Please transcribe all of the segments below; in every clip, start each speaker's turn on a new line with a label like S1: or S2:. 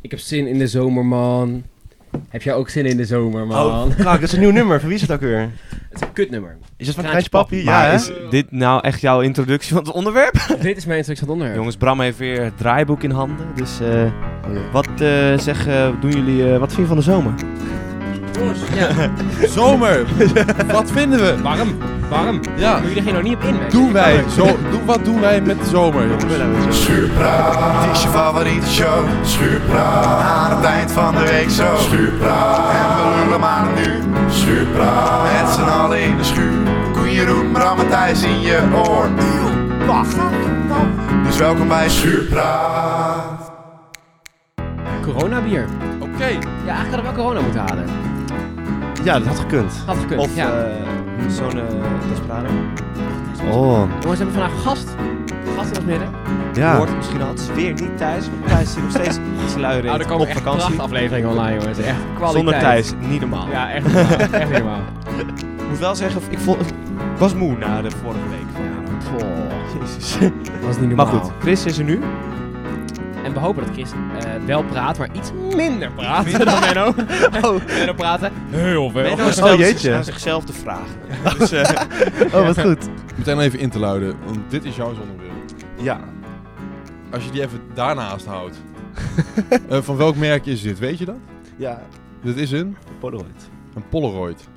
S1: Ik heb zin in de zomer, man. Heb jij ook zin in de zomer, man?
S2: Oh, nou, dat is een nieuw nummer. Van wie is het ook weer?
S1: Het is een kutnummer.
S2: Is het van
S1: Kraantje
S2: Kraantje Papi?
S1: Papi.
S2: Ja,
S3: Maar
S2: hè?
S3: is dit nou echt jouw introductie van het onderwerp?
S1: Dit is mijn instructie van onderwerp.
S3: Jongens, Bram heeft weer het draaiboek in handen. Dus eh, wat eh, zeg, eh, doen jullie, eh, wat vind je van de zomer?
S1: ja.
S4: Zomer! Wat vinden we?
S1: Warm, warm.
S4: Ja,
S1: Maar jullie gaan er niet op in, man.
S4: doen wij. Zo, doe- wat doen wij met de zomer, jongens?
S5: Schuurpraat, het is je favoriete show. Schuurpraat, aan het eind van de week zo. Schuurpraat, en we lullen maar nu. Schuurpraat, met z'n allen in de schuur. Koen Jeroen, Bram en Thijs in je oor. Eeuw, wacht. Dus welkom bij Schuurpraat.
S1: Coronabier.
S4: Oké,
S1: Ja, eigenlijk hadden we wel corona moeten halen.
S2: Ja, dat had gekund.
S1: Had gekund,
S2: Of
S1: ja.
S2: eh, zo'n eh, Desperado. Oh,
S1: Jongens, we hebben vandaag gast. Gast in ons midden.
S2: ja.
S3: Hoort misschien al, het is weer niet Thijs. want Thijs zit nog steeds sluieren
S1: Nou, er
S3: op
S1: komen echt
S3: vakantie.
S1: prachtafleveringen online, jongens. Echt kwaliteit.
S3: Zonder Thijs, niet normaal.
S1: Ja, echt helemaal. echt helemaal.
S3: Ik moet wel zeggen, ik, vond, ik was moe na de vorige week. Jezus.
S1: Dat was niet
S3: Maar
S1: normaal.
S3: goed, Chris is er nu.
S1: En we hopen dat Chris eh, wel praat, maar iets minder praat dan Menno.
S3: nou?
S1: Oh. Menno praten heel veel.
S3: Menno stelt
S2: Oh, jeetje.
S3: aan zichzelf de vraag. Dus, eh,
S2: Oh, wat goed.
S4: meteen even in te luiden, want dit is jouw zonnebril.
S3: ja.
S4: Als je die even daarnaast houdt. Eh, van welk merk is dit? Weet je dat?
S3: Ja,
S4: Dit is een,
S3: Polaroid.
S4: een Polaroid.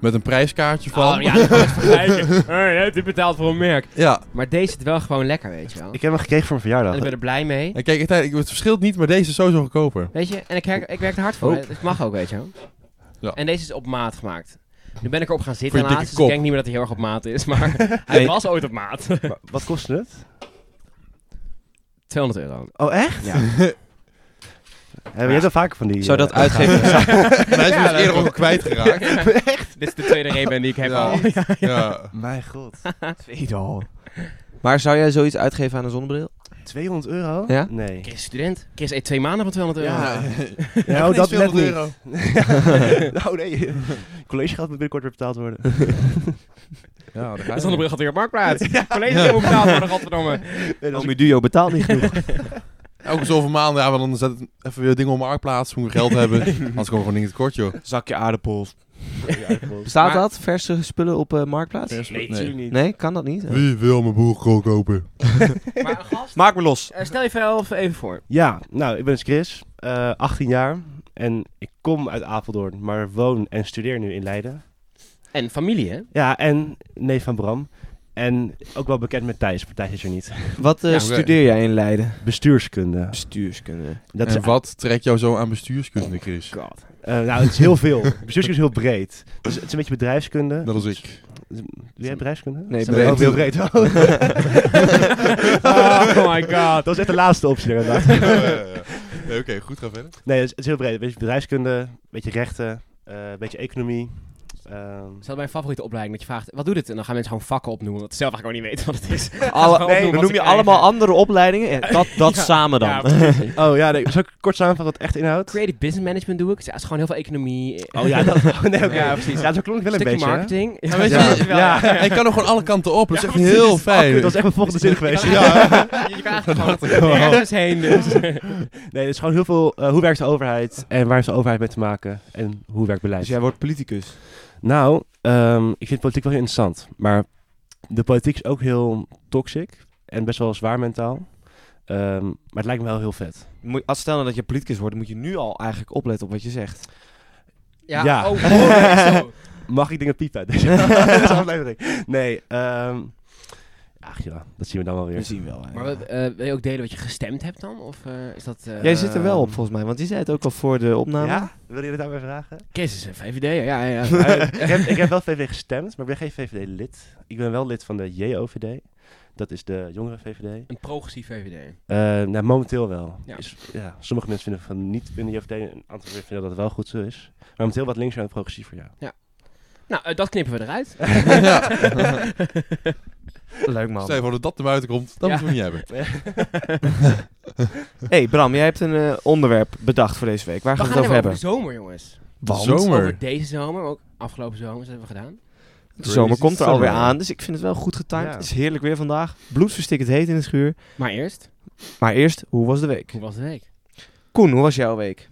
S4: Met een prijskaartje van.
S1: Oh, ja, dat kan je vergelijken. Hey, je hebt dit betaald voor een merk.
S4: Ja,
S1: Maar deze zit wel gewoon lekker, weet je wel.
S2: Ik heb hem gekregen voor mijn
S1: En ik
S2: verjaardag.
S1: ben er blij mee.
S4: en kijk, het, het verschilt niet, maar deze is sowieso goedkoper.
S1: Weet je, en ik, her- ik werk er hard voor.
S2: Oh.
S1: hè. Het mag ook, weet je wel.
S4: Ja.
S1: En deze is op maat gemaakt. Nu ben ik erop gaan
S4: Voor
S1: zitten
S4: je dikke
S1: laatst, dus ik
S4: kop.
S1: denk niet meer dat hij heel erg op maat is, maar hij
S3: Hey.
S1: was ooit op maat.
S2: Maar Wat kost het?
S1: 200 euro.
S2: Oh, echt?
S1: Ja.
S2: Eh, maar Je hebt er vaker van die...
S3: Zou dat
S2: eh,
S3: uitgeven?
S4: En hij is dus eerder ook kwijtgeraakt.
S1: Dit is de tweede reben die ik heb
S4: Ja.
S1: al.
S4: Ja.
S2: Mijn god.
S3: Maar zou jij zoiets uitgeven aan een zonnebril?
S2: 200 euro?
S3: Ja?
S2: Nee.
S1: Chris is student. Chris eet twee maanden van 200 euro.
S2: Ja.
S4: Ja,
S2: Nou, dat net
S4: 200
S2: niet.
S4: euro.
S2: nou nee, collegegeld moet binnenkort weer betaald worden.
S4: Ja, daar ga
S1: De
S4: je.
S1: zonnebril gaat weer op marktplaats. College helemaal betaald worden, godverdomme.
S2: Nee, dat is-
S3: Omi Duo betaalt niet genoeg.
S4: Elke zoveel maanden, ja, maar dan zet het even weer dingen op marktplaats, moet je geld hebben. Anders komen we gewoon dingen tekort, joh.
S3: Zakje aardappels. Bestaat
S1: Maar-
S3: dat? Verse spullen op eh, Marktplaats?
S1: Nee, natuurlijk niet.
S3: Nee, kan dat niet?
S4: Wie wil mijn boerenkool kopen?
S1: Maar een gast,
S3: Maak me los.
S1: eh, stel jezelf even voor.
S2: Ja, nou, ik ben dus Chris, eh, 18 jaar en ik kom uit Apeldoorn, maar woon en studeer nu in Leiden.
S1: En familie, hè?
S2: Ja, en neef van Bram. En ook wel bekend met Thijs, maar Thijs is er niet.
S3: Wat eh,
S1: Ja,
S4: oké.
S3: studeer jij in Leiden?
S2: Bestuurskunde.
S3: Bestuurskunde.
S2: Dat is,
S4: en wat trekt jou zo aan bestuurskunde, Chris?
S1: God.
S2: eh, nou, het is heel veel. Bestuurskunde is heel breed. Dus het is een beetje bedrijfskunde.
S4: Dat was ik.
S2: Doe jij bedrijfskunde?
S3: Nee,
S2: Dat is ook heel breed.
S1: Oh my god.
S2: dat was echt de laatste optie inderdaad.
S4: Nee, Oké, goed, ga verder.
S2: Nee, het is, het is heel breed. Een beetje bedrijfskunde, een beetje rechten, eh, een beetje economie. ehm,
S1: Dat is wel mijn favoriete opleiding, dat je vraagt, wat doet het? En dan gaan mensen gewoon vakken opnoemen, want ze zelf eigenlijk ook niet weten wat het is.
S3: Alle,
S1: Gewoon
S3: nee,
S1: doen
S3: dan
S1: wat
S3: noem
S1: ze
S3: je
S1: krijgen.
S3: allemaal andere opleidingen. En dat dat
S1: Ja.
S3: samen dan.
S1: Ja, precies.
S2: Oh ja, nee. Zal ik kort samenvatten wat het echt inhoudt?
S1: Creative business management doe ik, dus ja, het is gewoon heel veel economie.
S2: Oh ja, dat, nee, oké.
S1: Ja, precies.
S2: Ja, zo klonk het wel een
S1: Stukje
S2: beetje. hè?
S1: marketing. Ja,
S4: weet je
S1: ja.
S4: wat? Ik kan er gewoon alle kanten op, dat is echt heel fijn.
S2: oh, Dat was echt mijn volgende zin geweest.
S1: Ja. Je je krijgt gewoon ergens heen dus.
S2: Nee, het is gewoon heel veel. eh, hoe werkt de overheid en waar heeft de overheid mee te maken en hoe werkt beleid?
S3: Dus jij wordt politicus.
S2: Nou, ehm, ik vind politiek wel heel interessant, maar de politiek is ook heel toxic en best wel zwaar mentaal. Ehm, maar het lijkt me wel heel vet.
S3: Moet, als stel nou dat je politicus wordt, dan moet je nu al eigenlijk opletten op wat je zegt.
S1: Ja,
S2: Ja.
S1: oh, hoor, zo.
S2: Mag ik dingen piepen uit deze deze aflevering? Nee, ehm ach ja, dat zien we dan wel weer.
S3: We zien wel. hè.
S1: Maar wat, eh, wil je ook delen wat je gestemd hebt dan? Of eh, is dat... eh
S3: jij zit er wel op volgens mij, want die zei het ook al voor de opname.
S2: Ja? Wil je het daarbij vragen?
S1: Kees is een VVD, ja, ja. ja.
S2: Maar ik, heb, ik heb wel VVD gestemd, maar ik ben geen VVD-lid. Ik ben wel lid van de JOVD. Dat is de jongere VVD.
S1: een progressief VVD.
S2: Eh, nou, momenteel wel.
S1: Ja.
S2: Is, ja, sommige mensen vinden van niet binnen de JOVD. Een aantal mensen vinden dat het wel goed zo is. Maar momenteel wat linkser en progressiever, ja.
S1: Nou, eh, dat knippen we eruit.
S3: Leuk man.
S4: Stel je voor dat dat naar buiten komt, dat
S1: Ja.
S4: moeten we niet hebben.
S3: hey, Bram, jij hebt een eh, onderwerp bedacht voor deze week. Waar
S1: We
S3: gaan we
S1: gaan
S3: het over
S1: over
S3: hebben?
S1: de zomer, jongens.
S3: Want
S4: Zomer.
S1: Over deze zomer, maar ook afgelopen zomers hebben we gedaan.
S3: De zomer komt er alweer
S4: Summer.
S3: aan, dus ik vind het wel goed getimed.
S2: Ja.
S3: Het is heerlijk weer vandaag. Bloedverstikkend heet in de schuur.
S1: Maar eerst,
S3: Maar eerst, hoe was de week?
S1: hoe was de week?
S3: Koen, hoe was jouw week?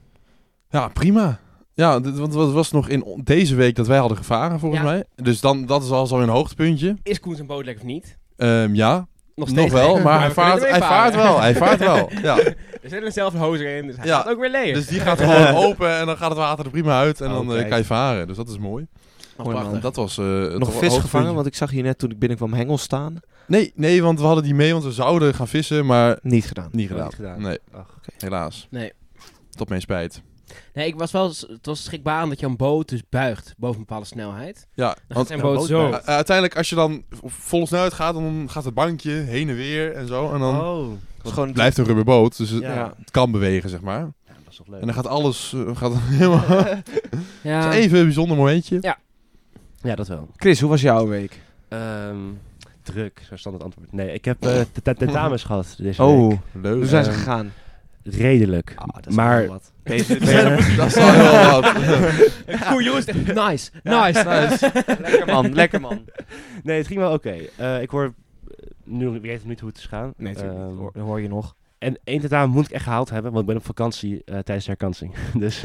S4: Ja, prima. Ja, dit, want het was nog in o- deze week dat wij hadden gevaren, volgens
S1: Ja.
S4: mij. Dus dan, dat is al zo'n hoogtepuntje.
S1: Is Koen zijn bootleg of niet?
S4: Ehm, ja,
S1: Nog
S4: nog,
S1: steeds
S4: wel,
S1: leeg,
S4: maar, hij,
S1: we
S4: vaart,
S1: kunnen
S4: hij
S1: ermee
S4: vaart
S1: varen.
S4: wel. Hij vaart wel, ja.
S1: Er zit er zelf een hozer in, dus hij
S4: Ja.
S1: gaat ook weer leeg.
S4: Dus die gaat gewoon open en dan gaat het water er prima uit en
S3: Oh,
S4: dan eh,
S3: kijk.
S4: kan je varen. Dus dat is mooi.
S3: Mooi,
S4: Prachtig.
S3: man.
S4: Dat was eh, toch
S3: Nog
S4: wel
S3: vis
S4: een
S3: gevangen,
S4: hoogtepuntje.
S3: want ik zag hier net toen ik binnenkwam hengel staan.
S4: Nee, nee, want we hadden die mee, want we zouden gaan vissen, maar
S3: Niet gedaan.
S4: niet gedaan.
S2: Niet gedaan.
S4: Nee, helaas.
S1: Nee.
S4: Tot mijn spijt.
S1: Nee, ik was wel, s- het was schrikbaar omdat jouw boot dus buigt boven een bepaalde snelheid.
S4: Ja,
S1: Dan gaat
S4: want
S1: zijn
S2: nou,
S1: boot
S2: boot
S1: zo.
S2: buigt.
S4: u- uiteindelijk als je dan v- vol snelheid gaat, dan gaat het bankje heen en weer en zo. En dan
S2: Oh,
S3: Het was gewoon
S4: blijft een rubberboot, dus het,
S3: Ja.
S2: Ja.
S4: het kan bewegen, zeg maar.
S2: ja, dat is toch
S4: En
S2: leuk.
S4: dan gaat alles eh, gaat helemaal... Het
S1: Ja,
S4: is even een bijzonder momentje.
S2: Ja, dat wel.
S3: Chris, hoe was jouw week?
S2: Ehm, druk, zo'n standaard antwoord. Nee, ik heb eh, te- te- tentamens gehad deze
S3: Oh,
S2: week.
S4: Leuk.
S3: hoe zijn ze
S2: Ehm,
S3: gegaan? Ah,
S2: Redelijk. Eh, maar
S3: Deze,
S4: dat is wel heel wat.
S1: Koen, jongens, nice, nice.
S3: lekker man, lekker man.
S2: nee, het ging wel oké. Eh, ik hoor eh, nu, ik weet niet hoe het is gaan.
S3: Nee, natuurlijk niet.
S2: Ehm,
S3: Hoor- hoor je nog.
S2: En één tentamen moet ik echt gehaald hebben, want ik ben op vakantie eh, tijdens de herkansing. dus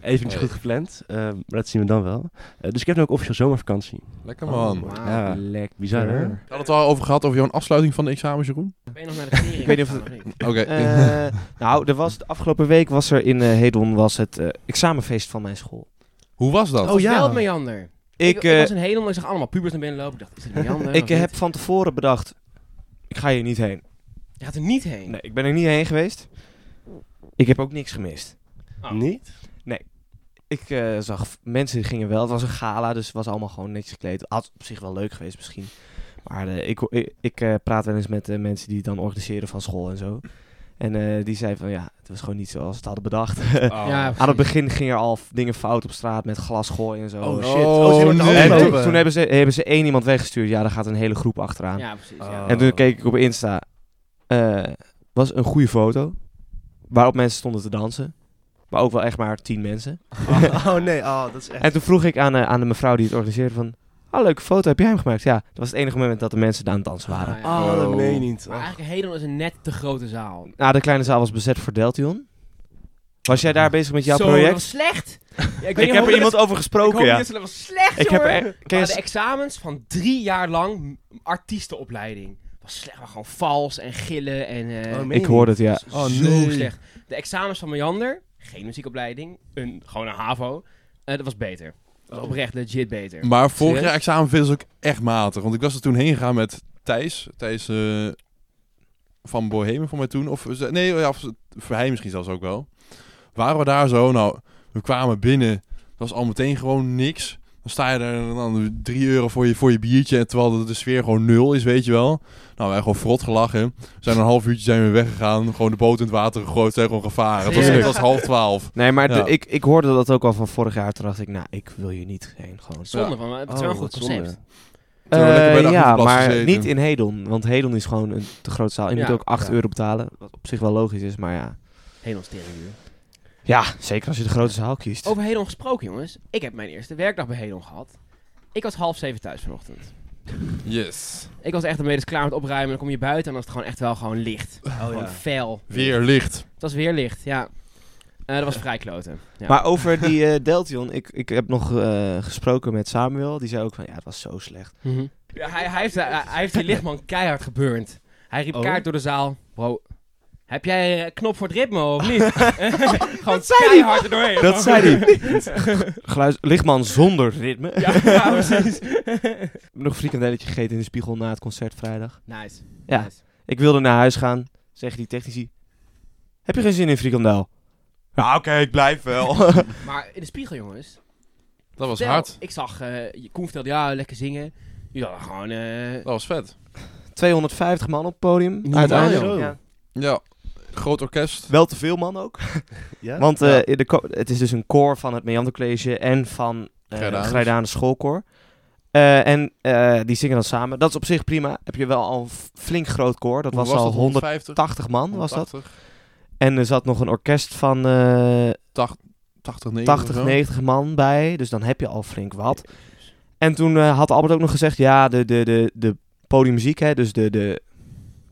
S2: even niet goed gepland, Ehm, maar dat zien we dan wel. Eh, dus ik heb nu ook officieel zomervakantie.
S4: Lekker
S2: Hm.
S4: man.
S1: Wauw.
S2: Ja,
S3: Lekker.
S2: bizar, hè?
S4: We hadden het al over gehad over jouw afsluiting van de examens, Jeroen.
S1: Ben je nog naar de regering
S3: Ik weet niet of
S1: gegaan,
S3: het-
S1: niet?
S4: Oké.
S3: Eh, nou, er was, de afgelopen week was er in eh, Hedon was het eh, examenfeest van mijn school.
S4: Hoe was dat?
S2: Oh,
S1: Het was
S2: ja.
S1: wel meander. Ik, ik,
S3: eh,
S1: was in Hedon en ik zag allemaal pubers naar binnen lopen. Ik dacht, is dit meander?
S3: ik
S1: of
S3: eh,
S1: niet?
S3: heb van tevoren bedacht, ik ga hier niet heen.
S1: Je gaat er niet heen.
S3: Nee, ik ben er niet heen geweest. Ik heb ook niks gemist.
S1: Oh.
S2: Niet?
S3: Ik eh, zag v- mensen die gingen wel. Het was een gala, dus het was allemaal gewoon netjes gekleed. Had op zich wel leuk geweest misschien. Maar eh, ik, ho- ik, ik, eh, praat wel eens met eh, mensen die het dan organiseren van school en zo. En eh, die zei van ja, het was gewoon niet zoals we het hadden bedacht.
S4: Oh.
S1: Ja,
S3: Oh. Aan het begin gingen er al f- dingen fout op straat met glas gooien en zo.
S2: Oh, shit.
S4: shit.
S2: Oh,
S4: Oh,
S2: ze hebben het
S4: nee.
S2: allemaal
S3: En
S4: Nee,
S2: open.
S3: toen, toen hebben, ze, hebben ze één iemand weggestuurd. Ja, daar gaat een hele groep achteraan.
S1: Ja, precies. Ja.
S2: Oh.
S3: En toen keek ik op Insta. Eh, was een goede foto. Waarop mensen stonden te dansen. Maar ook wel echt maar tien mensen.
S2: Oh, oh, nee, oh, dat is echt...
S3: En toen vroeg ik aan, eh, aan de mevrouw die het organiseerde van... Ah, leuke foto, heb jij hem gemaakt? Ja, dat was het enige moment dat de mensen daar aan het dansen waren.
S1: Ah, ja.
S2: Oh, dat
S4: Oh.
S2: meen je niet.
S1: Maar eigenlijk, Hedon is een net te grote zaal.
S3: Nou, de kleine zaal was bezet voor Deltion. Was jij daar
S1: Ah.
S3: bezig met jouw
S1: Zo, dat
S3: project?
S1: was slecht. Ja, ik weet niet
S3: Ik
S1: of
S3: heb er
S1: dat-
S3: iemand over
S1: Ik hoop
S3: gesproken,
S1: niet
S3: ja.
S1: dat ze- dat was slecht,
S3: Ik heb
S1: jongen.
S3: er...
S1: Maar
S3: ken je-
S1: Oh, de examens van drie jaar lang artiestenopleiding. Was slecht, maar gewoon vals en gillen en... eh,
S2: Oh, meen
S3: Ik hoorde het, ja.
S1: was
S4: Oh,
S1: zo
S4: nee.
S1: slecht. De examens van Meander, geen muziekopleiding, een, gewoon een HAVO, eh, dat was beter. Dat
S3: Oh.
S1: was oprecht legit beter.
S4: Maar vorig jaar
S1: Serieus?
S4: examen viel ze ook echt matig. Want ik was er toen heen gegaan met Thijs. Thijs eh, van Bohemen van mij toen. Of, ze- nee, ja, of, of hij misschien zelfs ook wel. Waren we daar zo? Nou, we kwamen binnen. Dat was al meteen gewoon niks. Dan sta je daar en dan 3 euro voor je, voor je biertje. en Terwijl de, de sfeer gewoon nul is, weet je wel. Nou, wij gewoon frot gelachen. We zijn een half uurtje zijn we weggegaan. Gewoon de boot in het water gegooid. Zijn gewoon gevaren. Het was, het was half twaalf.
S3: Nee, maar de-
S4: Ja.
S3: ik, ik hoorde dat ook al van vorig jaar. Toen dacht ik, nou, ik wil hier niet heen. Gewoon.
S1: Zonde van, het is
S3: Oh,
S1: wel een goed concept.
S4: Toen hebben we
S3: Eh,
S4: lekker bij de
S3: ja,
S4: achterklas
S3: maar
S4: gezeten.
S3: niet in Hedon. Want Hedon is gewoon een te grote zaal. Je
S1: Ja,
S3: moet ook 8
S2: ja.
S3: euro betalen. Wat op zich wel logisch is, maar ja.
S1: Hedon sterrenduur.
S3: Ja, zeker als je de grote zaal kiest.
S1: Over Hedon gesproken, jongens. Ik heb mijn eerste werkdag bij Hedon gehad. Ik was half zeven thuis vanochtend.
S4: Yes.
S1: Ik was echt een beetje klaar met opruimen. Dan kom je buiten en dan is het gewoon echt wel gewoon licht.
S3: Oh,
S1: gewoon fel.
S4: Weer licht.
S1: Het was weer licht, ja. Eh, dat was vrij kloten. Ja.
S3: Maar over die eh, Deltion, ik, ik heb nog eh, gesproken met Samuel. Die zei ook van, ja, het was zo slecht.
S1: Mhm. Ja, hij, hij, heeft, hij, hij heeft die lichtman keihard geburnt. Hij riep
S2: Oh.
S1: kaart door de zaal. Bro, heb jij eh, knop voor het ritme of niet? Gewoon keihard er doorheen.
S3: Dat zei hij. Geluid, lichtman zonder ritme.
S1: Ja, ja, precies.
S3: Ik heb nog een frikandelletje gegeten in de spiegel na het concert vrijdag.
S1: Nice.
S3: Ja,
S1: nice.
S3: ik wilde naar huis gaan. Zeggen die technici, heb je geen zin in frikandel? Ja, oké, ik blijf wel.
S1: Maar in de spiegel, jongens.
S4: Dat was
S1: Stel,
S4: hard.
S1: Ik zag, eh, je Koen vertelde, ja, lekker zingen. Ja, gewoon... eh,
S4: Dat was vet.
S3: 250 man op het podium.
S1: Niet
S3: uiteindelijk.
S2: normaal, joh.
S3: Ja.
S4: Ja, groot orkest.
S3: Wel te veel man ook.
S2: Ja?
S3: Want eh,
S4: Ja.
S3: in de ko- het is dus een koor van het Meander College en van eh
S4: Grijdaans.
S3: Grijdane Schoolkoor. Eh, en eh, die zingen dan samen. Dat is op zich prima. Heb je wel al een f- flink groot koor. Dat
S4: Hoe
S3: was, al 180
S4: 150
S3: man was dat.
S4: 180,
S3: En er zat nog een orkest van eh,
S4: 80, 90.
S3: 80,
S4: of zo.
S3: 90 man bij. Dus dan heb je al flink wat. En toen eh, had Albert ook nog gezegd, ja, de, de, de, de podiummuziek, hè, dus de, de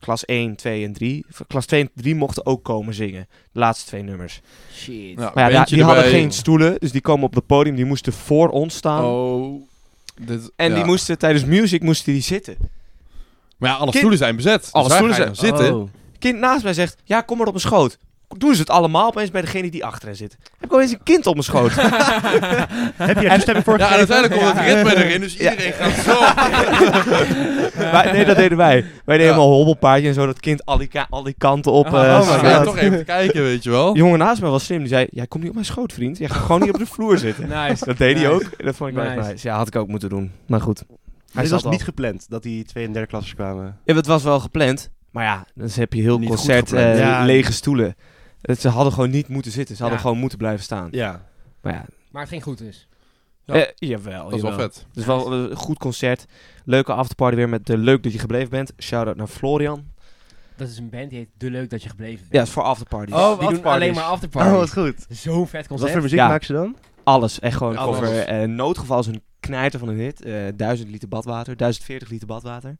S3: klas 1, 2 en 3. Voor Klas 2 en 3 mochten ook komen zingen. De laatste twee nummers.
S1: Shit.
S4: Nou,
S3: Maar ja,
S4: bandje
S3: die hadden
S4: erbij.
S3: geen stoelen, dus die komen op het podium. Die moesten voor ons staan.
S4: Oh. Dit,
S3: En
S4: ja.
S3: die moesten tijdens music moesten die zitten.
S4: Maar ja, alle
S3: Kind-
S4: stoelen zijn bezet.
S3: Alle
S4: dus daar
S3: stoelen
S4: ga je
S2: Zit
S4: dan Zitten.
S3: Oh. Kind naast mij zegt, ja, kom maar op mijn schoot. Doen ze het allemaal opeens bij degene die achter hen zit. Heb ik opeens een kind op mijn schoot.
S2: Heb je er toestemming voor
S4: Ja, en
S2: gegeven?
S4: uiteindelijk komt het ritme erin, dus iedereen gaat zo.
S3: Wij- nee, dat deden wij. Wij
S4: Ja.
S3: deden helemaal hobbelpaardje en zo. Dat kind al die, ka- al die kanten op. eh,
S1: Oh, oh my
S4: Dus
S3: sloot.
S4: we gaan toch even kijken, weet je wel.
S3: Die jongen naast mij was slim. Die zei, jij komt niet op mijn schoot, vriend. Jij gaat gewoon niet op de vloer zitten.
S1: Nice.
S3: Dat deed hij
S1: Nice.
S3: ook. En Dat vond ik wel echt
S1: Nice.
S3: nice. Ja, had ik ook moeten doen. Maar goed. Hij
S2: Dit
S3: zat
S2: was
S3: al.
S2: niet gepland, dat die tweede en derde klassers kwamen.
S3: Ja, het was wel gepland. Maar ja, dan heb je heel
S4: Niet goed
S3: concert
S4: gepland.
S3: eh,
S2: Ja.
S3: lege stoelen. Dat ze hadden gewoon niet moeten zitten. Ze hadden
S1: Ja.
S3: gewoon moeten blijven staan.
S2: Ja.
S3: Maar ja,
S1: Maar het ging goed dus.
S4: Ja.
S3: eh, jawel.
S4: Dat is wel
S3: jawel.
S4: vet.
S3: Dus wel een goed concert. Leuke afterparty weer met de Leuk dat je gebleven bent. Shout-out naar Florian.
S1: Dat is een band die heet De Leuk Dat Je Gebleven
S3: Ja, Oh,
S1: Bent.
S3: is voor afterparties.
S1: Oh,
S3: Die doen
S1: alleen maar afterparty.
S2: Oh, goed.
S1: Zo'n vet
S2: Wat
S1: concept.
S2: voor muziek
S3: Ja.
S2: maken ze dan?
S3: alles. Echt gewoon
S4: Alles.
S3: over eh noodgeval is een knijter van een hit. eh 1000 liter badwater, 1040 liter badwater.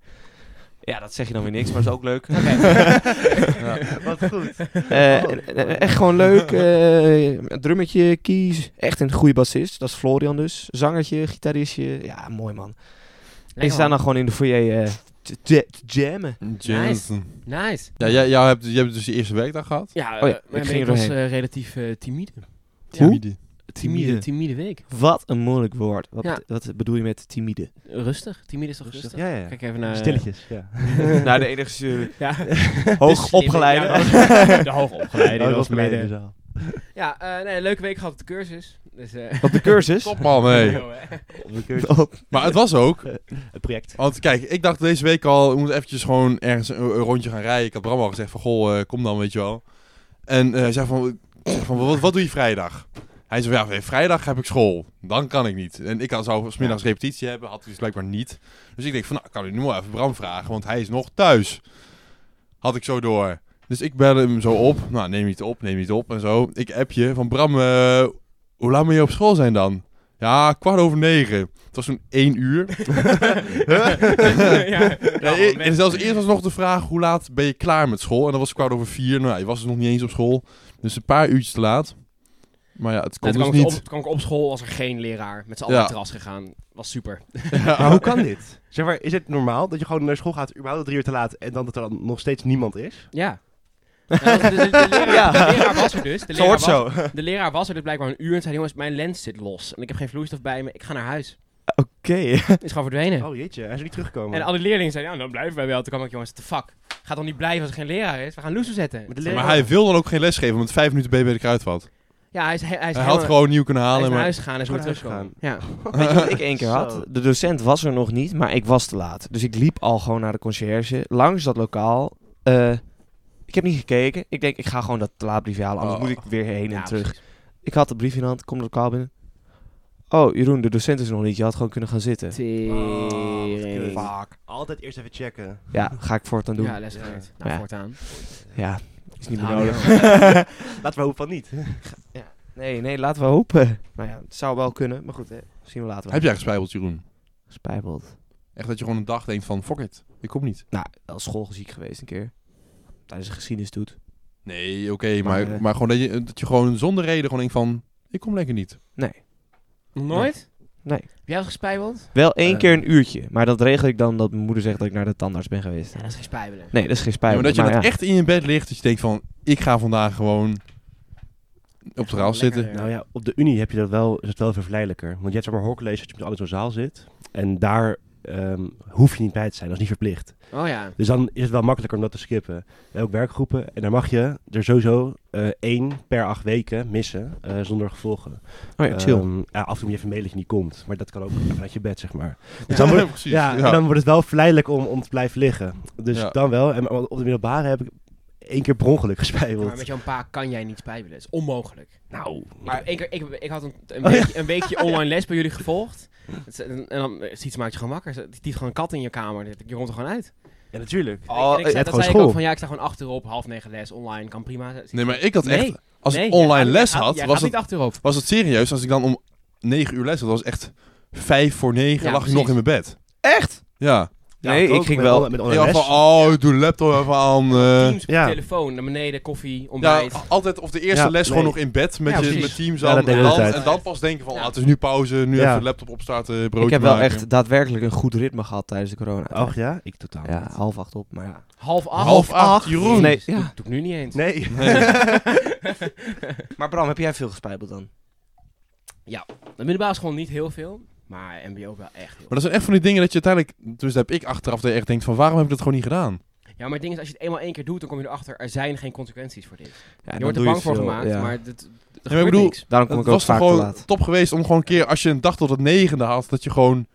S3: Ja, dat zeg je dan weer niks, maar is ook leuk.
S2: Wat goed.
S3: Eh, en- en- echt gewoon leuk. eh, een drummetje, keys. Echt een goede bassist. Dat is Florian dus. Zangertje, gitaristje. Ja, mooi man.
S1: Lekker,
S3: En ze staan
S1: man.
S3: dan gewoon in de foyer eh, te, te- te jammen.
S4: Jameson.
S1: Nice.
S4: Ja, jij, jou hebt, jij hebt dus die eerste werkdag gehad.
S1: Ja,
S3: Oh ja,
S1: eh,
S3: ik
S1: mijn
S3: ging
S1: week
S3: er
S1: was
S3: doorheen.
S1: eh, relatief eh, timide.
S4: Timide.
S1: Timide, timide week.
S3: Wat een moeilijk woord. Wat,
S1: Ja.
S3: bet- wat bedoel je met timide?
S1: Rustig. Timide is toch rustig?
S2: Ja, ja. eh,
S1: Kijk even naar... eh,
S2: Stilletjes, ja.
S3: nou, de enige
S1: Ja.
S3: hoog opgeleide.
S1: Ja, Dus de- de hoogopgeleide. die
S2: Oh, dat
S1: was
S2: was beneden in
S1: midden.
S2: de zaal.
S1: Ja, eh, nee, leuke week gehad op de cursus. Dus, eh,
S3: Op de cursus.
S4: Top man, nee.
S1: joh, hè.
S2: Op een keurtje.
S3: Top.
S4: Maar het was ook.
S2: Het project.
S4: Want kijk, ik dacht deze week al, we moeten eventjes gewoon ergens een, een rondje gaan rijden. Ik had Bram al gezegd van, goh, eh, kom dan, weet je wel. En eh, hij zei van, ik zeg van wat, wat doe je vrijdag? Hij zei van, ja, vrijdag heb ik school. Dan kan ik niet. En ik had- zou smiddags repetitie hebben, had hij dus blijkbaar niet. Dus ik denk van, nou, ik kan ik nu wel even Bram vragen, want hij is nog thuis. Had ik zo door. Dus ik bel hem zo op. Nou, neem niet op, neem niet op en zo. Ik app je van, Bram, eh, hoe laat moet je op school zijn dan? Ja, kwart over negen. Het was toen één uur.
S1: ja,
S4: Ja, e- en zelfs eerst was nog de vraag, hoe laat ben je klaar met school? En dat was kwart over vier. Nou, je was dus nog niet eens op school. Dus een paar uurtjes te laat. Maar ja, het
S1: Toen
S4: kon
S1: kwam,
S4: dus
S1: ik op,
S4: niet.
S1: toen kwam ik op school, was er geen leraar. Met z'n allen
S4: Ja.
S1: op het terras gegaan. Was super.
S2: Maar hoe kan dit? Zeg maar, is het normaal dat je gewoon naar school gaat, überhaupt al drie uur te laat, en dan dat er dan nog steeds niemand is?
S1: Ja. Nou, de, de- de leraar, de leraar was er dus. De
S3: Zo
S1: leraar,
S3: hoort
S1: was,
S3: zo.
S1: de leraar was er dus blijkbaar een uur en zei: Jongens, mijn lens zit los. En ik heb geen vloeistof bij me. Ik ga naar huis.
S3: Oké.
S1: Is gewoon verdwenen.
S2: Oh jeetje, hij is niet teruggekomen.
S1: En al die leerlingen zeiden: Ja, dan blijven wij wel. Toen kwam ik: Jongens, the fuck. Gaat dan niet blijven als er geen leraar is? We gaan loeser zetten.
S2: Maar de leraar-
S4: Maar hij wil dan ook geen les geven, want vijf minuten ben je bij de kruidvat.
S1: ja, hij is, hij, hij is
S4: Hij
S1: helemaal-
S4: had gewoon nieuw kunnen
S1: hij is
S4: halen,
S1: naar
S4: maar...
S1: huis gegaan en is weer
S2: Gewoon naar
S1: teruggekomen. Ja.
S3: Weet je wat ik één keer
S2: Zo.
S3: had? De docent was er nog niet, maar ik was te laat. Dus ik liep al gewoon naar de conciërge, langs dat lokaal. Eh, ik heb niet gekeken. Ik denk, ik ga gewoon dat te laat briefje halen, anders
S4: Oh.
S3: moet ik weer heen
S1: Ja,
S3: en terug.
S1: precies.
S3: Ik had de brief in de hand, kom het lokaal binnen. Oh, Jeroen, de docent is er nog niet. Je had gewoon kunnen gaan zitten.
S1: Tering.
S2: Fuck. Altijd eerst even checken.
S3: Ja, ga ik voortaan doen.
S1: Ja,
S3: Ja,
S1: les geleerd.
S3: Ja.
S1: Nou, voortaan.
S3: is niet meer
S1: Nou,
S3: nodig.
S2: Laten we hopen van niet.
S3: Nee, nee, laten we hopen. Nou ja, het zou wel kunnen, maar goed, hè. zien we later wel.
S4: Heb jij gespijbeld, Jeroen?
S3: Spijbeld.
S4: Echt dat je gewoon een dag denkt van, fuck it, ik kom niet.
S3: Nou, wel schoolziek geweest een keer. Tijdens een geschiedenis doet.
S4: Nee, oké,
S3: Maar,
S4: maar,
S3: eh,
S4: maar, gewoon dat je, dat je gewoon zonder reden gewoon denkt van, ik kom lekker niet.
S1: Nog nooit?
S3: Nee.
S1: Heb jij al gespijbeld?
S3: Wel één
S4: Eh.
S3: keer een uurtje. Maar dat regel ik dan dat mijn moeder zegt dat ik naar de tandarts ben geweest.
S1: Ja, dat is geen spijbelen.
S3: Nee, dat is geen
S4: Ja,
S3: spijt.
S4: maar dat je
S3: maar
S4: dat
S3: ja.
S4: echt in je bed ligt, dat je denkt van, ik ga vandaag gewoon op het
S1: Gewoon
S4: raam zitten.
S1: lekker, eh,
S2: Nou ja, op de Unie heb je dat wel, is het wel veel verleidelijker. Want je hebt zeg maar hoorcollege dat je met alles in zo'n zaal zit. En daar ehm, hoef je niet bij te zijn, dat is niet verplicht.
S1: Oh ja.
S2: Dus dan is het wel makkelijker om dat te skippen. En ook werkgroepen. En daar mag je er sowieso eh, één per acht weken missen eh, zonder gevolgen.
S3: Oh ja, chill.
S2: Ehm, ja, af en toe moet je even mailen dat je niet komt. Maar dat kan ook vanuit je bed, zeg maar.
S4: Ja,
S2: Dus dan wordt,
S4: precies.
S2: ja, en dan wordt het wel verleidelijk om, om te blijven liggen. Dus
S4: Ja.
S2: dan wel. En op de middelbare heb ik één keer per ongeluk
S1: Ja,
S2: gespijbeld.
S1: maar met jouw pa kan jij niet spijbelen. Het is onmogelijk.
S2: Nou,
S1: Maar ik, ik, ik had een, een,
S2: Oh, ja.
S1: weekje, een weekje online les bij jullie gevolgd. Het is- En dan eh, iets maakt je gewoon wakker. Die tiet gewoon een kat in je kamer. Je komt er gewoon uit.
S2: ja, natuurlijk.
S1: En ik, en ik
S2: je
S1: zei,
S2: hebt
S1: dat
S2: gewoon
S1: zei ik ook
S2: school.
S1: van ja, ik sta gewoon achterop, half negen les online, kan prima. Zoiets.
S4: Nee, maar ik had
S1: Nee,
S4: echt, als
S1: nee,
S4: ik
S1: jij
S4: online
S1: gaat-
S4: les
S1: jij gaat-
S4: had,
S1: jij
S4: was
S1: gaat
S4: het Eh,
S1: niet achterop.
S4: was het serieus. Als ik dan om 9 uur les had, was het echt 5 voor 9
S1: Ja,
S4: lag ik nog
S1: precies.
S4: in mijn bed.
S3: Echt?
S4: Ja.
S3: Nee, ik
S2: ook
S3: ging
S2: met
S3: wel-
S2: on- met
S4: Ja,
S2: onderwijs.
S4: van, oh, doe laptop even aan. eh.
S1: Teams op
S2: ja.
S1: je telefoon, naar beneden, koffie,
S4: ja, Oh,
S1: ontbijt.
S4: altijd of de eerste
S2: Ja,
S4: les gewoon
S2: nee.
S4: nog in bed met,
S2: Ja,
S4: je,
S1: precies.
S4: met Teams
S2: Ja,
S4: aan.
S2: dat deed
S4: en,
S2: ik
S4: dan,
S2: altijd.
S4: en dan pas denken van,
S1: Ja.
S4: ah, het is nu pauze, nu
S2: Ja.
S4: even de laptop opstarten, broodje
S3: ik heb wel
S4: maken.
S3: echt daadwerkelijk een goed ritme gehad tijdens de corona.
S2: Och ja, ik totaal
S3: ja,
S2: niet.
S3: half acht op, maar ja.
S1: Half acht.
S4: Half acht, Jeroen.
S3: Nee,
S1: ja.
S3: ja.
S1: doe ik nu niet eens.
S2: Nee.
S3: Maar Bram, heb jij veel gespijbeld dan?
S1: De middelbare school niet heel veel, maar mbo wel echt heel veel.
S4: Maar dat zijn echt van die dingen dat je uiteindelijk... Dus daar heb ik achteraf dat je echt denkt van, waarom heb ik dat gewoon niet gedaan?
S1: Ja, maar het ding is, als je het eenmaal één keer doet, dan kom je erachter, er zijn geen consequenties voor dit.
S3: Ja,
S1: je wordt er bang voor gemaakt, maar dit, er gebeurt
S4: bedoel,
S1: niks.
S3: Daarom kom
S4: Het
S3: ik ook
S4: was toch
S3: vaak te
S4: gewoon
S3: laat.
S4: top geweest om gewoon een keer, als je een dag tot het negende had, dat je gewoon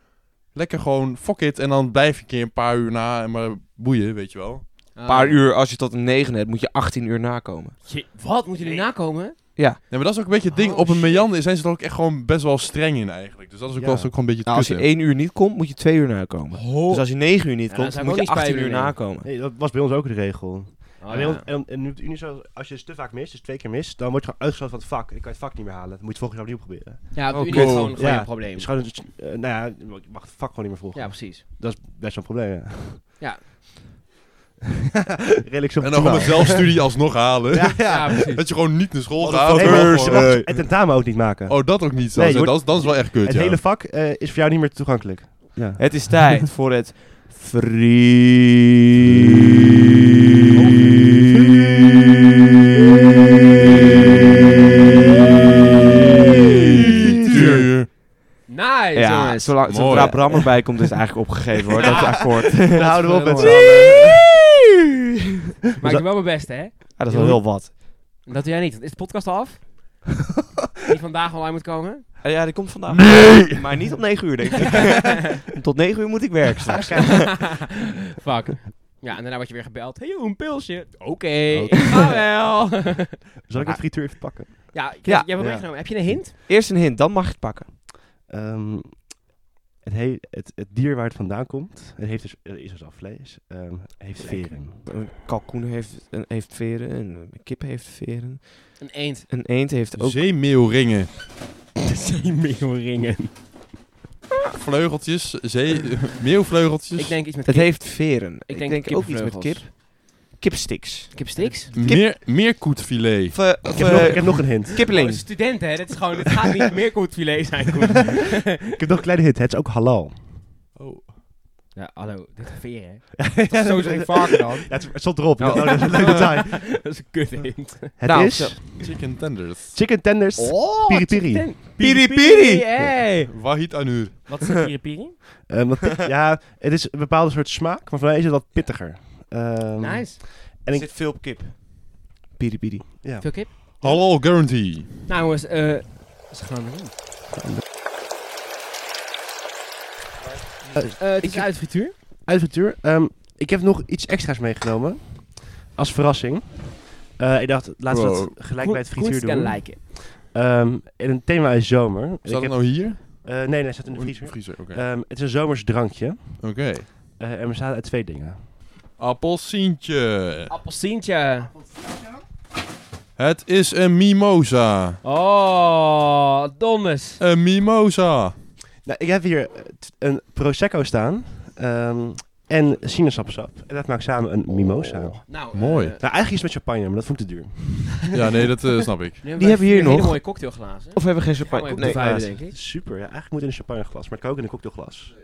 S4: lekker gewoon, fuck it, en dan blijf je een keer een paar uur na en maar boeien, weet je wel.
S1: Een
S3: Een paar uur, als je tot een negen hebt, moet je 18 uur nakomen.
S1: wat? Moeten jullie nakomen?
S4: Nee, maar dat is ook een beetje het ding.
S1: Oh,
S4: Op een
S1: shit.
S4: meander zijn ze er ook echt gewoon best wel streng in eigenlijk. Dus dat is ook
S2: Ja.
S4: wel eens ook gewoon een beetje
S3: Nou, als
S4: het
S3: je
S4: kussen.
S3: 1 uur niet komt, moet je 2 uur nakomen. Dus als je 9 uur niet
S1: Ja, dan
S3: komt,
S1: zou ik
S3: moet
S1: ook
S3: je
S1: niet
S3: 18 uur
S1: spijbelen, nee.
S3: nakomen.
S2: nee, dat was bij ons ook de regel.
S1: Oh,
S2: en,
S1: ja.
S2: bij ons- en, en nu op de Unie, zo, als je het te vaak mist, dus twee keer mist, dan word je gewoon uitgesloten van het vak. En dan kan je het vak niet meer halen. Dan moet je het volgend jaar opnieuw proberen.
S1: Ja, op
S4: Oh,
S1: de Unie
S4: cool.
S1: is gewoon, gewoon
S2: Ja.
S1: een probleem.
S2: Dus gewoon, eh, nou ja, je mag het vak gewoon niet meer volgen.
S1: Ja, precies.
S2: Dat is best wel een probleem, ja.
S1: Ja.
S2: Redelijk zo.
S4: En dan gewoon met zelfstudie alsnog halen.
S2: Ja,
S1: Ja,
S2: ja.
S1: precies.
S4: Dat je gewoon niet naar school
S2: Wat een
S4: gaat.
S2: fucking
S4: maar
S2: beurs.
S3: eh,
S4: gewoon-
S2: Hey. Het tentamen ook niet maken.
S4: Oh, dat ook niet.
S2: Nee,
S4: zelfs.
S2: je
S4: dat, is, dat is wel echt kut,
S2: het
S4: ja.
S2: hele vak eh, is voor jou niet meer toegankelijk. Ja.
S3: Het is tijd voor het free.
S4: Frituur.
S1: Nice,
S3: Ja,
S1: jongens.
S3: zolang,
S4: Mooi,
S3: zodra
S4: hè?
S3: Bram erbij komt is het eigenlijk opgegeven hoor, dat akkoord.
S2: Dan houden we op met z'n
S1: Godverdomme.
S2: allen.
S1: Maar ik doe wel mijn best, hè?
S3: Ja, dat is wel heel wat.
S1: En Dat doe jij niet. Is de podcast al af? Die vandaag online moet komen?
S3: Ah, Ja, die komt vandaag. Maar niet om 9 uur denk ik. Tot 9 uur moet ik werken straks.
S1: Fuck. Ja, en daarna word je weer gebeld. Hey, joh, een pilsje. Oké, ga wel. Ah.
S2: Zal ik het frituur even pakken?
S1: Ja, ik-
S3: Ja.
S1: jij hebt hem
S2: Ja.
S1: meegenomen. Heb je een hint?
S3: Eerst een hint, dan mag je het pakken.
S2: Ehm, het, he- het, het dier waar het vandaan komt, het heeft dus, eh, is dus al vlees, ehm, heeft veren.
S3: Een kalkoen heeft, een- heeft veren, een kip heeft veren.
S1: Een eend.
S3: Een eend heeft ook...
S4: Zeemeelringen.
S1: Zeemeelringen.
S4: Vleugeltjes. Zee... Meelvleugeltjes.
S1: Ik denk iets met
S3: Het
S1: kip.
S3: heeft veren. Ik,
S1: Ik
S3: denk,
S1: denk
S3: ook iets met kip.
S1: kipvleugels.
S3: Kipsticks.
S1: Kipsticks?
S4: Meer, meer koetfilet.
S3: Of, eh,
S2: Ik
S3: of,
S2: heb, nog,
S3: eh,
S2: ik heb nog een hint.
S1: Oh,
S3: kippeling.
S1: student, hè? Dit, is gewoon, dit gaat niet meer koetfilet zijn. Koen.
S2: Ik heb nog een kleine hint. Het is ook halal.
S4: Oh.
S1: ja, hallo. Dit is veer, hè? Dat is sowieso geen varken dan.
S2: Ja, het, het stond erop.
S1: Oh.
S2: Nou, dat is een leuk detail.
S1: Dat is een kut hint.
S2: Het
S3: Nou,
S2: is
S4: Chicken tenders.
S2: chicken tenders.
S1: Oh,
S2: Piri piri.
S3: Piri piri.
S1: Hey.
S4: Wahid Anur.
S1: Wat is een piri piri?
S2: Ehm, want pi- ja, het is een bepaalde soort smaak, maar voor mij is het wat pittiger. Ehm,
S1: Nice.
S2: En
S3: Er
S2: ik-
S3: zit veel op kip. Piri piri.
S2: Ja.
S1: Veel kip?
S4: Halal guarantee.
S1: Nou jongens, eh... Ze gaan erin. Eh, het is
S2: Ik-
S1: uit de frituur.
S2: Uit de frituur. Ehm, ik heb nog iets extra's meegenomen. Als verrassing. Eh, ik dacht, laten we dat
S4: Wow.
S2: gelijk bij het frituur
S1: Koen- Koen
S2: doen.
S1: lijken.
S2: Ehm, en het thema is zomer. Ik
S4: Staat
S2: heb-
S4: het nou hier?
S2: eh, nee, nee, het staat in de vriezer.
S4: Vriezer, oké.
S2: Ehm, het is een zomers drankje.
S4: Oké.
S2: Eh, en bestaat uit twee dingen.
S4: Appelsientje.
S1: Appelsientje.
S4: Het is een mimosa.
S1: Oh, donders.
S4: Een mimosa.
S2: Nou, ik heb hier eh, t- een prosecco staan. ehm, en sinaasappelsap. En dat maakt samen
S3: Oh.
S2: een mimosa.
S1: Nou,
S4: Mooi.
S1: eh,
S2: Nou, eigenlijk is het met champagne, maar dat vond ik
S3: Ah,
S2: te duur.
S4: Ja, nee, dat eh, snap ik.
S1: nu
S3: Die
S1: wij
S3: hebben hier
S1: vier hele
S3: nog.
S1: mooie cocktailglazen.
S3: Of hebben we geen
S1: Gaan we
S3: champagne?
S1: even
S3: Nee.
S1: de vuile,
S2: Ah,
S1: denk ik.
S2: Super, ja. Eigenlijk moet het in een champagneglas, maar het kan ook in een cocktailglas.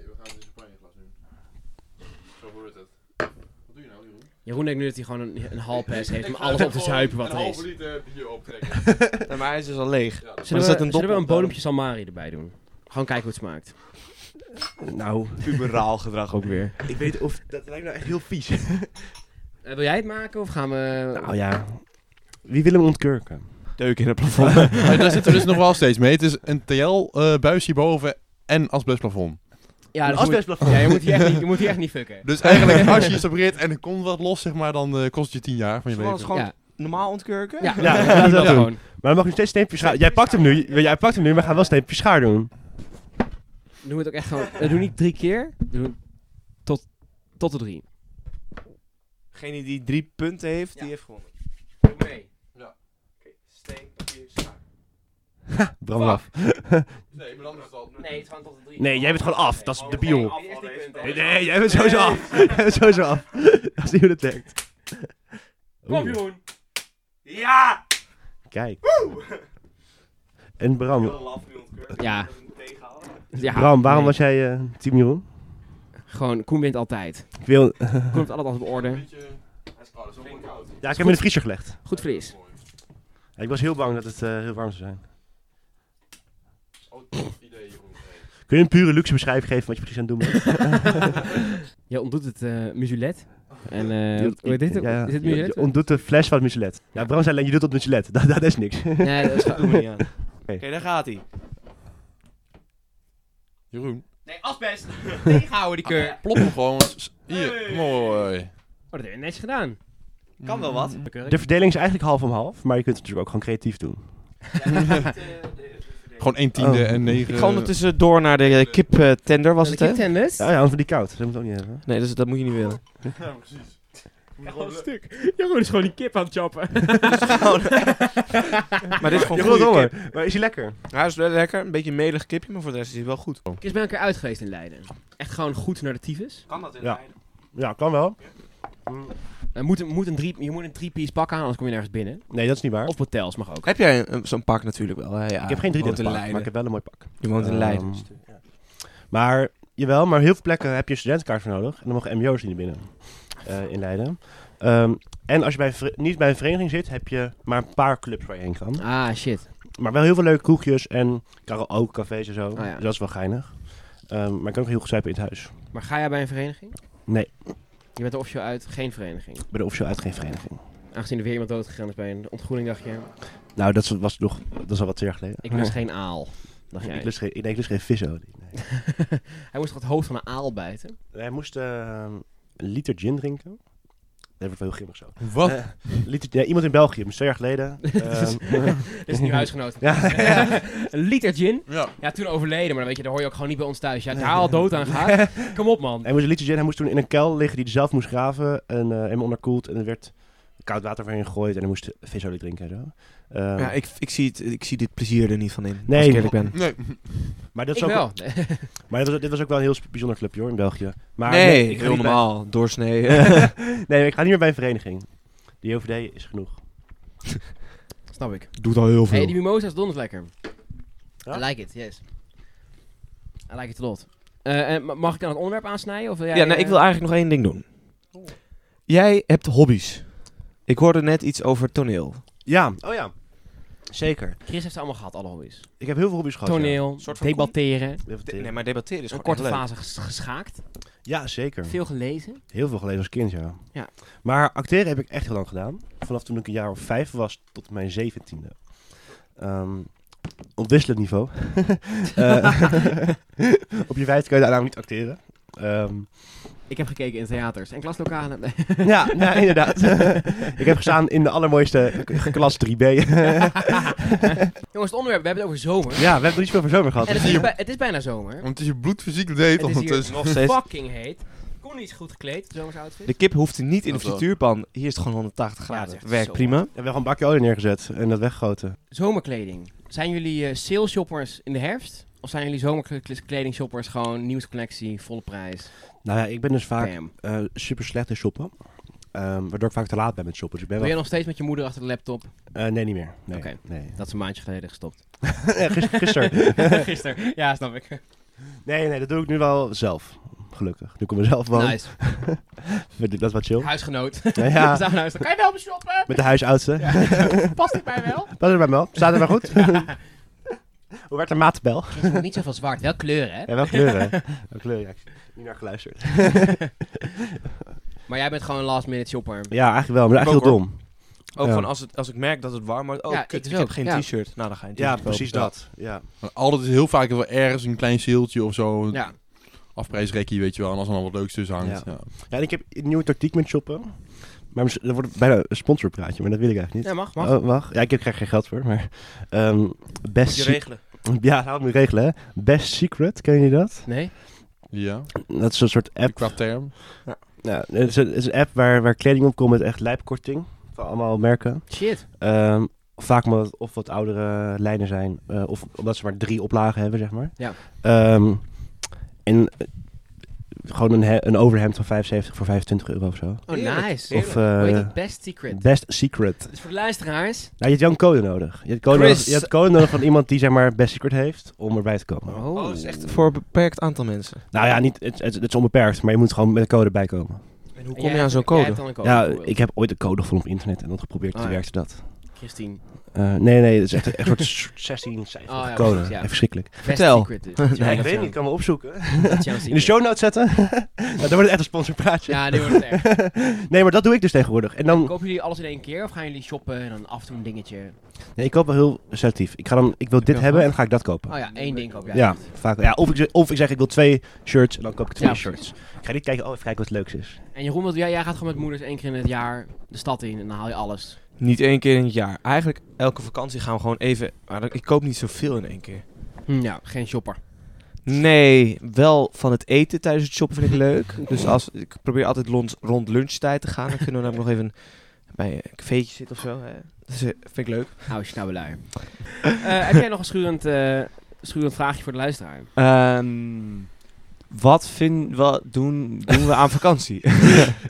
S4: Wat doe je nou, Jeroen?
S1: Jeroen denkt nu dat hij gewoon een, een halpas heeft om alles op te zuipen wat er is. Zullen
S4: liter bier optrekken.
S3: Nee, Maar hij is dus al leeg.
S1: we,
S3: er staat een dop
S1: zullen we
S3: op
S1: een
S3: dan?
S1: bodempje Salmari erbij doen? Gewoon kijken hoe het smaakt.
S2: Nou,
S3: Eh, Puberaal gedrag ook weer.
S2: ik weet of... Dat lijkt nou echt heel vies.
S1: Eh, wil jij het maken of gaan we...
S2: nou ja, wie wil hem ontkurken?
S3: Deuk in het plafond.
S4: daar zitten we dus nog wel steeds mee. Het is een TL-buis hierboven en asbestplafond.
S1: ja,
S2: een
S1: dus moet-
S2: asbestplafond.
S1: Ja, je moet hier echt niet, je moet hier echt niet fucken.
S4: Dus eigenlijk, als je iets opereert en er komt wat los, zeg maar, dan eh, kost het je 10 jaar van je leven.
S3: gewoon
S1: Ja.
S3: normaal ontkurken?
S1: Ja,
S2: Ja,
S1: ja,
S2: laten we dat doen.
S1: gewoon.
S2: Maar dan mag je steeds steempjes schaar... Jij pakt hem nu, jij pakt hem nu, maar we gaan wel steempjes schaar doen.
S1: Doe het ook echt gewoon... eh, doe niet drie keer. Doe het tot, tot de drie.
S3: Degene die drie punten heeft,
S1: Ja.
S3: die heeft gewonnen.
S1: Doe mee.
S3: Steen, papier, schaar.
S2: Bram af.
S4: Nee, maar dan is het al...
S1: Nee, het is gewoon tot de drie.
S2: Nee, jij bent gewoon af. Dat is debiel.
S1: Nee,
S2: Nee, nee, jij bent sowieso af. Jij bent sowieso af. Dat is niet hoe dat denkt. Oeh,
S1: Kampioen!
S3: Ja!
S2: Kijk. En Bram,
S1: Ja. Ja,
S2: Bram waarom
S1: nee.
S2: was jij eh team Jeroen?
S1: Gewoon, Koen wint altijd.
S2: Ik wil...
S1: Koen heeft altijd op orde.
S2: Ja, ik heb hem in de vriezer gelegd.
S1: Goed verlies.
S2: Ja, ik was heel bang dat het eh, heel warm zou zijn. Kun je een pure luxe beschrijving geven wat je precies aan het doen bent?
S1: Je ontdoet het eh muzulet. En
S2: Je
S1: eh
S2: doet-
S1: hoe heet dit?
S2: ja,
S1: is dit
S2: je-
S1: muzulet?
S2: Je ontdoet de fles van het muselet. Ja, Bram zei alleen, je doet het muselet. Dat, dat is niks.
S1: Nee, dat is gewoon-
S3: Doen we niet aan. Oké, daar gaat hij.
S4: Jeroen.
S1: Nee, asbest! Tegenhouden die keur.
S4: Plop hem gewoon. S- s- Hier. Mooi.
S1: Oh, dat heb je netjes gedaan.
S3: Kan wel
S4: Mm.
S3: wat.
S2: De verdeling is eigenlijk half om half, maar je kunt het natuurlijk ook gewoon creatief doen.
S4: Gewoon 1 tiende
S2: Oh.
S4: en 9.
S3: Ik ga ondertussen door naar de kiptender, was het hè?
S1: tennis?
S2: Ja, ja anders wordt die koud. Dat moet ook niet hebben.
S3: Nee, dus dat moet je niet willen.
S1: stuk. Jeroen is gewoon die kip aan het choppen.
S3: Maar dit is gewoon
S2: Je voelt
S3: goede
S2: het
S3: kip.
S2: honger, maar is hij lekker?
S3: Hij is wel lekker, een beetje een melig kipje, maar voor de rest is hij wel goed.
S1: Ik is bij elkaar uit geweest in Leiden. Echt gewoon goed naar de tyfus.
S3: Kan dat in
S2: Ja. Ja, kan wel.
S1: Eh, moet, een- moet een drie, je moet een drie-piece pak aan, anders kom je nergens binnen.
S2: Nee, dat is niet waar.
S1: Of hotels mag ook.
S3: Heb jij een- een- zo'n pak natuurlijk wel? hè? Ja,
S2: ik heb geen
S3: je
S2: 3
S3: woont
S2: d
S3: in
S2: pak,
S3: Leiden.
S2: maar ik heb wel een mooi pak.
S3: Je woont in Leiden.
S2: Ehm, maar, jawel, maar heel veel plekken heb je een studentenkaart voor nodig. En dan mogen mbo's niet binnen eh, in Leiden. Ehm, en als je bij een ver- niet bij een vereniging zit, heb je maar een paar clubs waar je heen kan.
S1: Ah, shit.
S2: Maar wel heel veel leuke koekjes en karaoke cafés en zo.
S1: Ah, ja.
S2: Dus dat is wel geinig. Ehm, maar ik kan ook heel goed zuipen in het huis.
S1: Maar ga jij bij een vereniging?
S2: Nee.
S1: Je bent er officieel uit geen vereniging.
S2: Bij de officieel uit geen vereniging.
S1: Aangezien er weer iemand doodgegaan is bij een ontgroening, dacht je...
S2: Nou, dat was nog, dat is al wat twee jaar geleden.
S1: Ik lust geen aal. Dacht jij.
S2: ik lust geen, ik, nee, ik lust geen visolie. Nee.
S1: Hij moest toch het hoofd van een aal bijten?
S2: Hij moest ehm, een liter gin drinken. Dat wordt wel heel grimmig zo.
S4: Wat?
S2: Eh, liter, ja, iemand in België, moest twee jaar geleden.
S1: is-
S2: ehm,
S1: Dit is nu huisgenoot.
S2: ja,
S1: een liter gin.
S4: Ja.
S1: Ja, toen overleden, maar dan weet je, daar hoor je ook gewoon niet bij ons thuis. Ja, daar al dood aan gaat. Kom op, man.
S2: hij moest een liter gin, hij moest toen in een kuil liggen die hij zelf moest graven. En eh helemaal onderkoeld. En er werd koud water voor hem gegooid en hij moest visolie drinken en zo. Ehm,
S3: Ja, ik, ik, zie het, ik zie dit plezier er niet van in,
S2: Nee.
S3: als ik eerlijk ben.
S4: Nee.
S2: maar dat is
S1: ik
S2: ook,
S1: wel.
S2: Maar dit was, dit was ook wel een heel sp- bijzonder clubje hoor, in België. Maar
S3: nee,
S2: ik ga
S3: heel
S2: niet bij-
S3: normaal, doorsnee.
S2: nee, ik ga niet meer bij een vereniging. Die OVD is genoeg.
S1: Snap ik.
S3: Doet al heel
S1: hey, die mimosa is donders lekker.
S2: Ja?
S1: I like it, yes. I like it a lot. Eh, en ma- mag ik dan het onderwerp aansnijden? Of wil jij,
S3: ja, Oh. nee,
S1: eh,
S3: ik wil eigenlijk nog één ding doen. Jij hebt hobby's. Ik hoorde net iets over toneel.
S2: Ja, oh ja. Zeker.
S1: Chris heeft ze allemaal gehad, alle hobby's.
S2: Ik heb heel veel hobby's gehad.
S1: Toneel,
S3: Een soort van
S1: debatteren,
S2: Ja, Even teren.
S3: maar debatteren is
S1: een korte fase ges- geschaakt,
S2: ja zeker.
S1: veel gelezen.
S2: Heel veel gelezen als kind, ja.
S1: Ja.
S2: Maar acteren heb ik echt heel lang gedaan. Vanaf toen ik een jaar of vijf was tot mijn zeventiende. Ehm op wisselend niveau. Eh, op je vijfde kan je daarna niet acteren. Ehm,
S1: Ik heb gekeken in theaters en klaslokalen. Nee.
S2: Ja, ja inderdaad. ik heb gestaan in de allermooiste k- klas 3B.
S1: Jongens, het onderwerp, we hebben het over zomer.
S2: ja, we hebben er niet zoveel voor zomer gehad.
S1: En het is, bij- het is bijna zomer.
S4: Want het is je bloedfysiek deed
S1: Het is hier-
S4: ondertussen.
S3: Nog steeds.
S1: Fucking heet. Kon niet zo goed gekleed, zomers outfit.
S3: De kip hoeft niet in de
S4: Dat wel.
S3: frituurpan. Hier is het gewoon 180
S1: Ja, het
S3: graden.
S1: is echt
S3: Werkt
S1: zo
S3: prima.
S2: We hebben gewoon een bakje olie neergezet en dat weggegoten.
S1: Zomerkleding. Zijn jullie eh sales shoppers in de herfst? Of zijn jullie zomerkleding shoppers gewoon nieuwscollectie, volle prijs?
S2: Nou ja, ik ben dus vaak
S1: Bam.
S2: eh, super slecht in shoppen. Ehm, waardoor ik vaak te laat ben met shoppen. Dus ik ben
S1: Ben
S2: wel...
S1: je nog steeds met je moeder achter de laptop?
S2: Eh, nee, niet meer. Nee,
S1: Oké.
S2: nee.
S1: Dat is een maandje geleden gestopt.
S2: Eh, gis- Gisteren.
S1: Gisteren. Ja, snap ik.
S2: nee, nee, dat doe ik nu wel zelf. Gelukkig. Nu kom ik zelf wonen.
S1: Nice.
S2: Vind ik- Dat is wat chill.
S1: Huisgenoot.
S2: Nou
S1: Ja.
S2: ja,
S1: Kan je wel me shoppen?
S2: met de huisoudste.
S1: Past het mij wel?
S2: Dat is bij wel. Staat er maar goed? Hoe werd de maatbel?
S1: niet zoveel zwart, wel kleuren hè?
S2: Ja, wel kleuren. wel kleuren. Ja, ik heb niet naar geluisterd.
S1: Maar jij bent gewoon een last minute shopper.
S2: Ja, eigenlijk wel, maar
S3: Ik
S2: eigenlijk
S3: ook,
S2: heel dom.
S3: Ook
S2: Ja.
S3: van als, het, als ik merk dat het warm wordt. Oh,
S1: Ja, ik
S3: kut, ik
S1: dus
S3: heb
S1: ook,
S3: geen
S1: ja.
S3: t-shirt. Nou, dan ga je een t-shirt
S2: Ja,
S3: kopen.
S2: precies dat. Ja.
S4: Maar Altijd is heel vaak wel ergens een klein zieltje of zo.
S1: Ja.
S4: Afprijsrekkie, weet je wel. En als er dan wat leuks tussen hangt.
S2: Ja.
S4: Ja.
S2: ja, en ik heb een nieuwe tactiek met shoppen. Maar mis- dat wordt bijna een sponsorpraatje, maar dat wil ik eigenlijk niet.
S1: Ja, mag, mag.
S2: Oh, wacht. Ja, ik heb, krijg geen geld voor, maar... ehm,
S3: Moet
S2: best
S3: je
S2: Se-
S3: regelen.
S2: Ja, dat moet ik regelen, hè. Best Secret, ken je dat?
S1: Nee?
S4: ja.
S2: Dat is een soort app.
S4: Qua term.
S2: Ja, het, is een, het is een app waar, waar kleding op komt met echt lijpkorting. Van allemaal merken.
S1: Shit.
S2: Ehm, vaak omdat het of wat oudere lijnen zijn, eh, of omdat ze maar drie oplagen hebben, zeg maar.
S1: Ja.
S2: Ehm, en eh, gewoon een, he- een overhemd van 75 voor 25 euro of zo.
S1: Oh,
S3: Heerlijk.
S1: nice.
S2: Of
S1: Hoe heet
S2: eh,
S1: dat? Best Secret.
S2: Best Secret.
S1: Dus voor de luisteraars.
S2: Nou, je hebt wel een code nodig. Je hebt code,
S3: Chris.
S2: nodig, je hebt code nodig van iemand die zeg maar Best Secret heeft om erbij te komen.
S1: Oh,
S3: Oh, dat is echt voor een beperkt aantal mensen.
S2: Nou ja, niet, het, het, het is onbeperkt, maar je moet gewoon met een code bijkomen.
S3: En hoe
S1: En
S3: kom
S1: jij
S3: je aan
S1: hebt-
S3: zo'n
S1: jij hebt
S3: code?
S1: dan een
S2: ja,
S1: bijvoorbeeld.
S2: ik heb ooit een code gevonden op internet en dan geprobeerd,
S1: Ah,
S2: toen
S1: Oh, ja.
S2: werkte dat.
S1: Christine.
S2: Eh, nee, nee, het is echt, echt een soort 16 cijfer
S1: Oh, ja,
S2: code.
S1: precies, ja.
S2: Echt verschrikkelijk.
S1: Vertel.
S3: Vertel.
S1: Secret dus. Dat is jouw-
S2: kan me opzoeken.
S1: dat is jouw
S2: In de
S1: secret.
S2: show notes zetten. nou, dan wordt het echt een sponsorpraatje.
S1: Ja, dit wordt het erg.
S2: nee, maar dat doe ik dus tegenwoordig. En dan,
S1: Kopen jullie alles in één keer of gaan jullie shoppen en dan af en toe een dingetje?
S2: nee, ik koop wel heel selectief. Ik, ga dan, ik wil dit
S3: Ja,
S2: hebben en dan ga ik dat kopen.
S1: Oh ja, één ding koop jij.
S2: Ja, vaak, ja of, ik, zeg- of ik zeg ik wil twee shirts en dan koop ik twee
S1: Ja,
S2: shirts. Ik ga niet kijken, oh even kijken wat leuks is.
S1: En Jeroen, wat doe jij, jij gaat gewoon met moeders één keer in het jaar de stad in en dan haal je alles.
S3: Niet één keer in het jaar. Eigenlijk elke vakantie gaan we gewoon even... Maar dan- ik koop niet zoveel in één keer.
S1: Hm, ja, geen shopper.
S3: Nee, wel van het eten tijdens het shoppen vind ik leuk. Dus als, ik probeer altijd lons- rond lunchtijd te gaan. Dan kunnen we namelijk nog even bij een cafeetje zitten of zo. Hè. Dus eh, vind ik leuk.
S1: Hou je nou lui. Eh, heb jij nog een schurend, eh, schurend vraagje voor de luisteraar?
S3: Ehm, wat, vind, wat doen, doen we aan vakantie?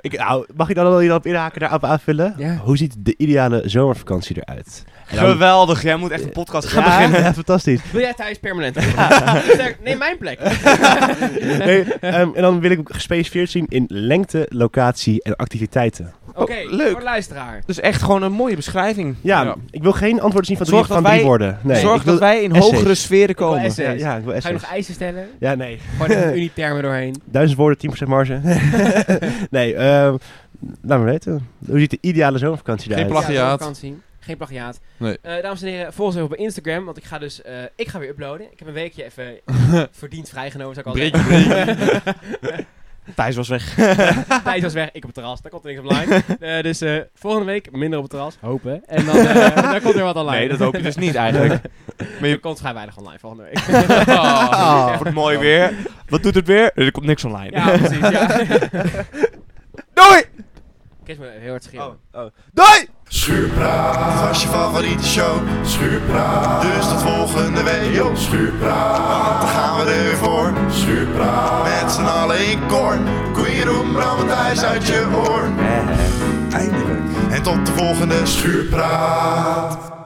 S2: Ik, nou, mag ik dan wel hierop inhaken, daarop aanvullen?
S1: Ja.
S2: Hoe ziet de ideale zomervakantie eruit? En dan-
S3: Geweldig, jij moet echt een podcast gaan
S2: ja,
S3: beginnen.
S2: ja, fantastisch.
S1: Wil jij thuis permanent? Sterk, Neem mijn plek.
S2: Nee, ehm, en dan wil ik hem gespecificeerd zien in lengte, locatie en activiteiten.
S1: Oké,
S3: leuk.
S1: voor de luisteraar.
S3: Dus echt gewoon een mooie beschrijving.
S2: Ja,
S4: Ja.
S2: ik wil geen antwoord zien van drie,
S3: Zorg dat
S2: van drie
S3: wij-
S2: woorden. Nee,
S3: Zorg
S2: ik wil
S3: dat wij in
S2: essays.
S3: hogere sferen
S1: wil
S3: komen.
S1: essays. wij-
S2: Ja, ik wil
S1: Ga je nog
S2: essays.
S1: eisen stellen?
S2: Ja, nee.
S1: Gewoon even unietermen doorheen.
S2: Duizend woorden, 10% marge. nee, ehm, laat me weten. Hoe ziet de ideale zomervakantie
S4: Geen
S2: eruit?
S4: plag- Plagiaat.
S1: Ja, zomervakantie. Geen plagiaat.
S4: Nee.
S1: Eh, dames en heren, volg ons even op Instagram, want ik ga dus... eh, ik ga weer uploaden. Ik heb een weekje even verdiend vrijgenomen, zou ik al
S4: Breekje,
S1: zeggen.
S3: Thijs was weg.
S1: Thijs was weg, ik op het terras. Daar komt er niks online. Eh, dus eh, volgende week minder op het terras. Hopen. En dan eh, daar komt er wat online.
S3: Nee, dat hoop je dus niet eigenlijk.
S1: Er komt vrij weinig online volgende week.
S3: Ah, wordt mooi weer. Wat doet het weer? Er komt niks online.
S1: ja, precies. Ja.
S3: Doei!
S1: Kees me heel hard schreeuwen.
S3: Doei!
S5: Schuurpraat was je favoriete show. Schuurpraat, dus tot volgende week. Yo, schuurpraat, want dan gaan we er weer voor. Schuurpraat, met z'n allen in koorn. Koeien, roem, bram en thuis uit je oor. Eindelijk. En tot de volgende schuurpraat.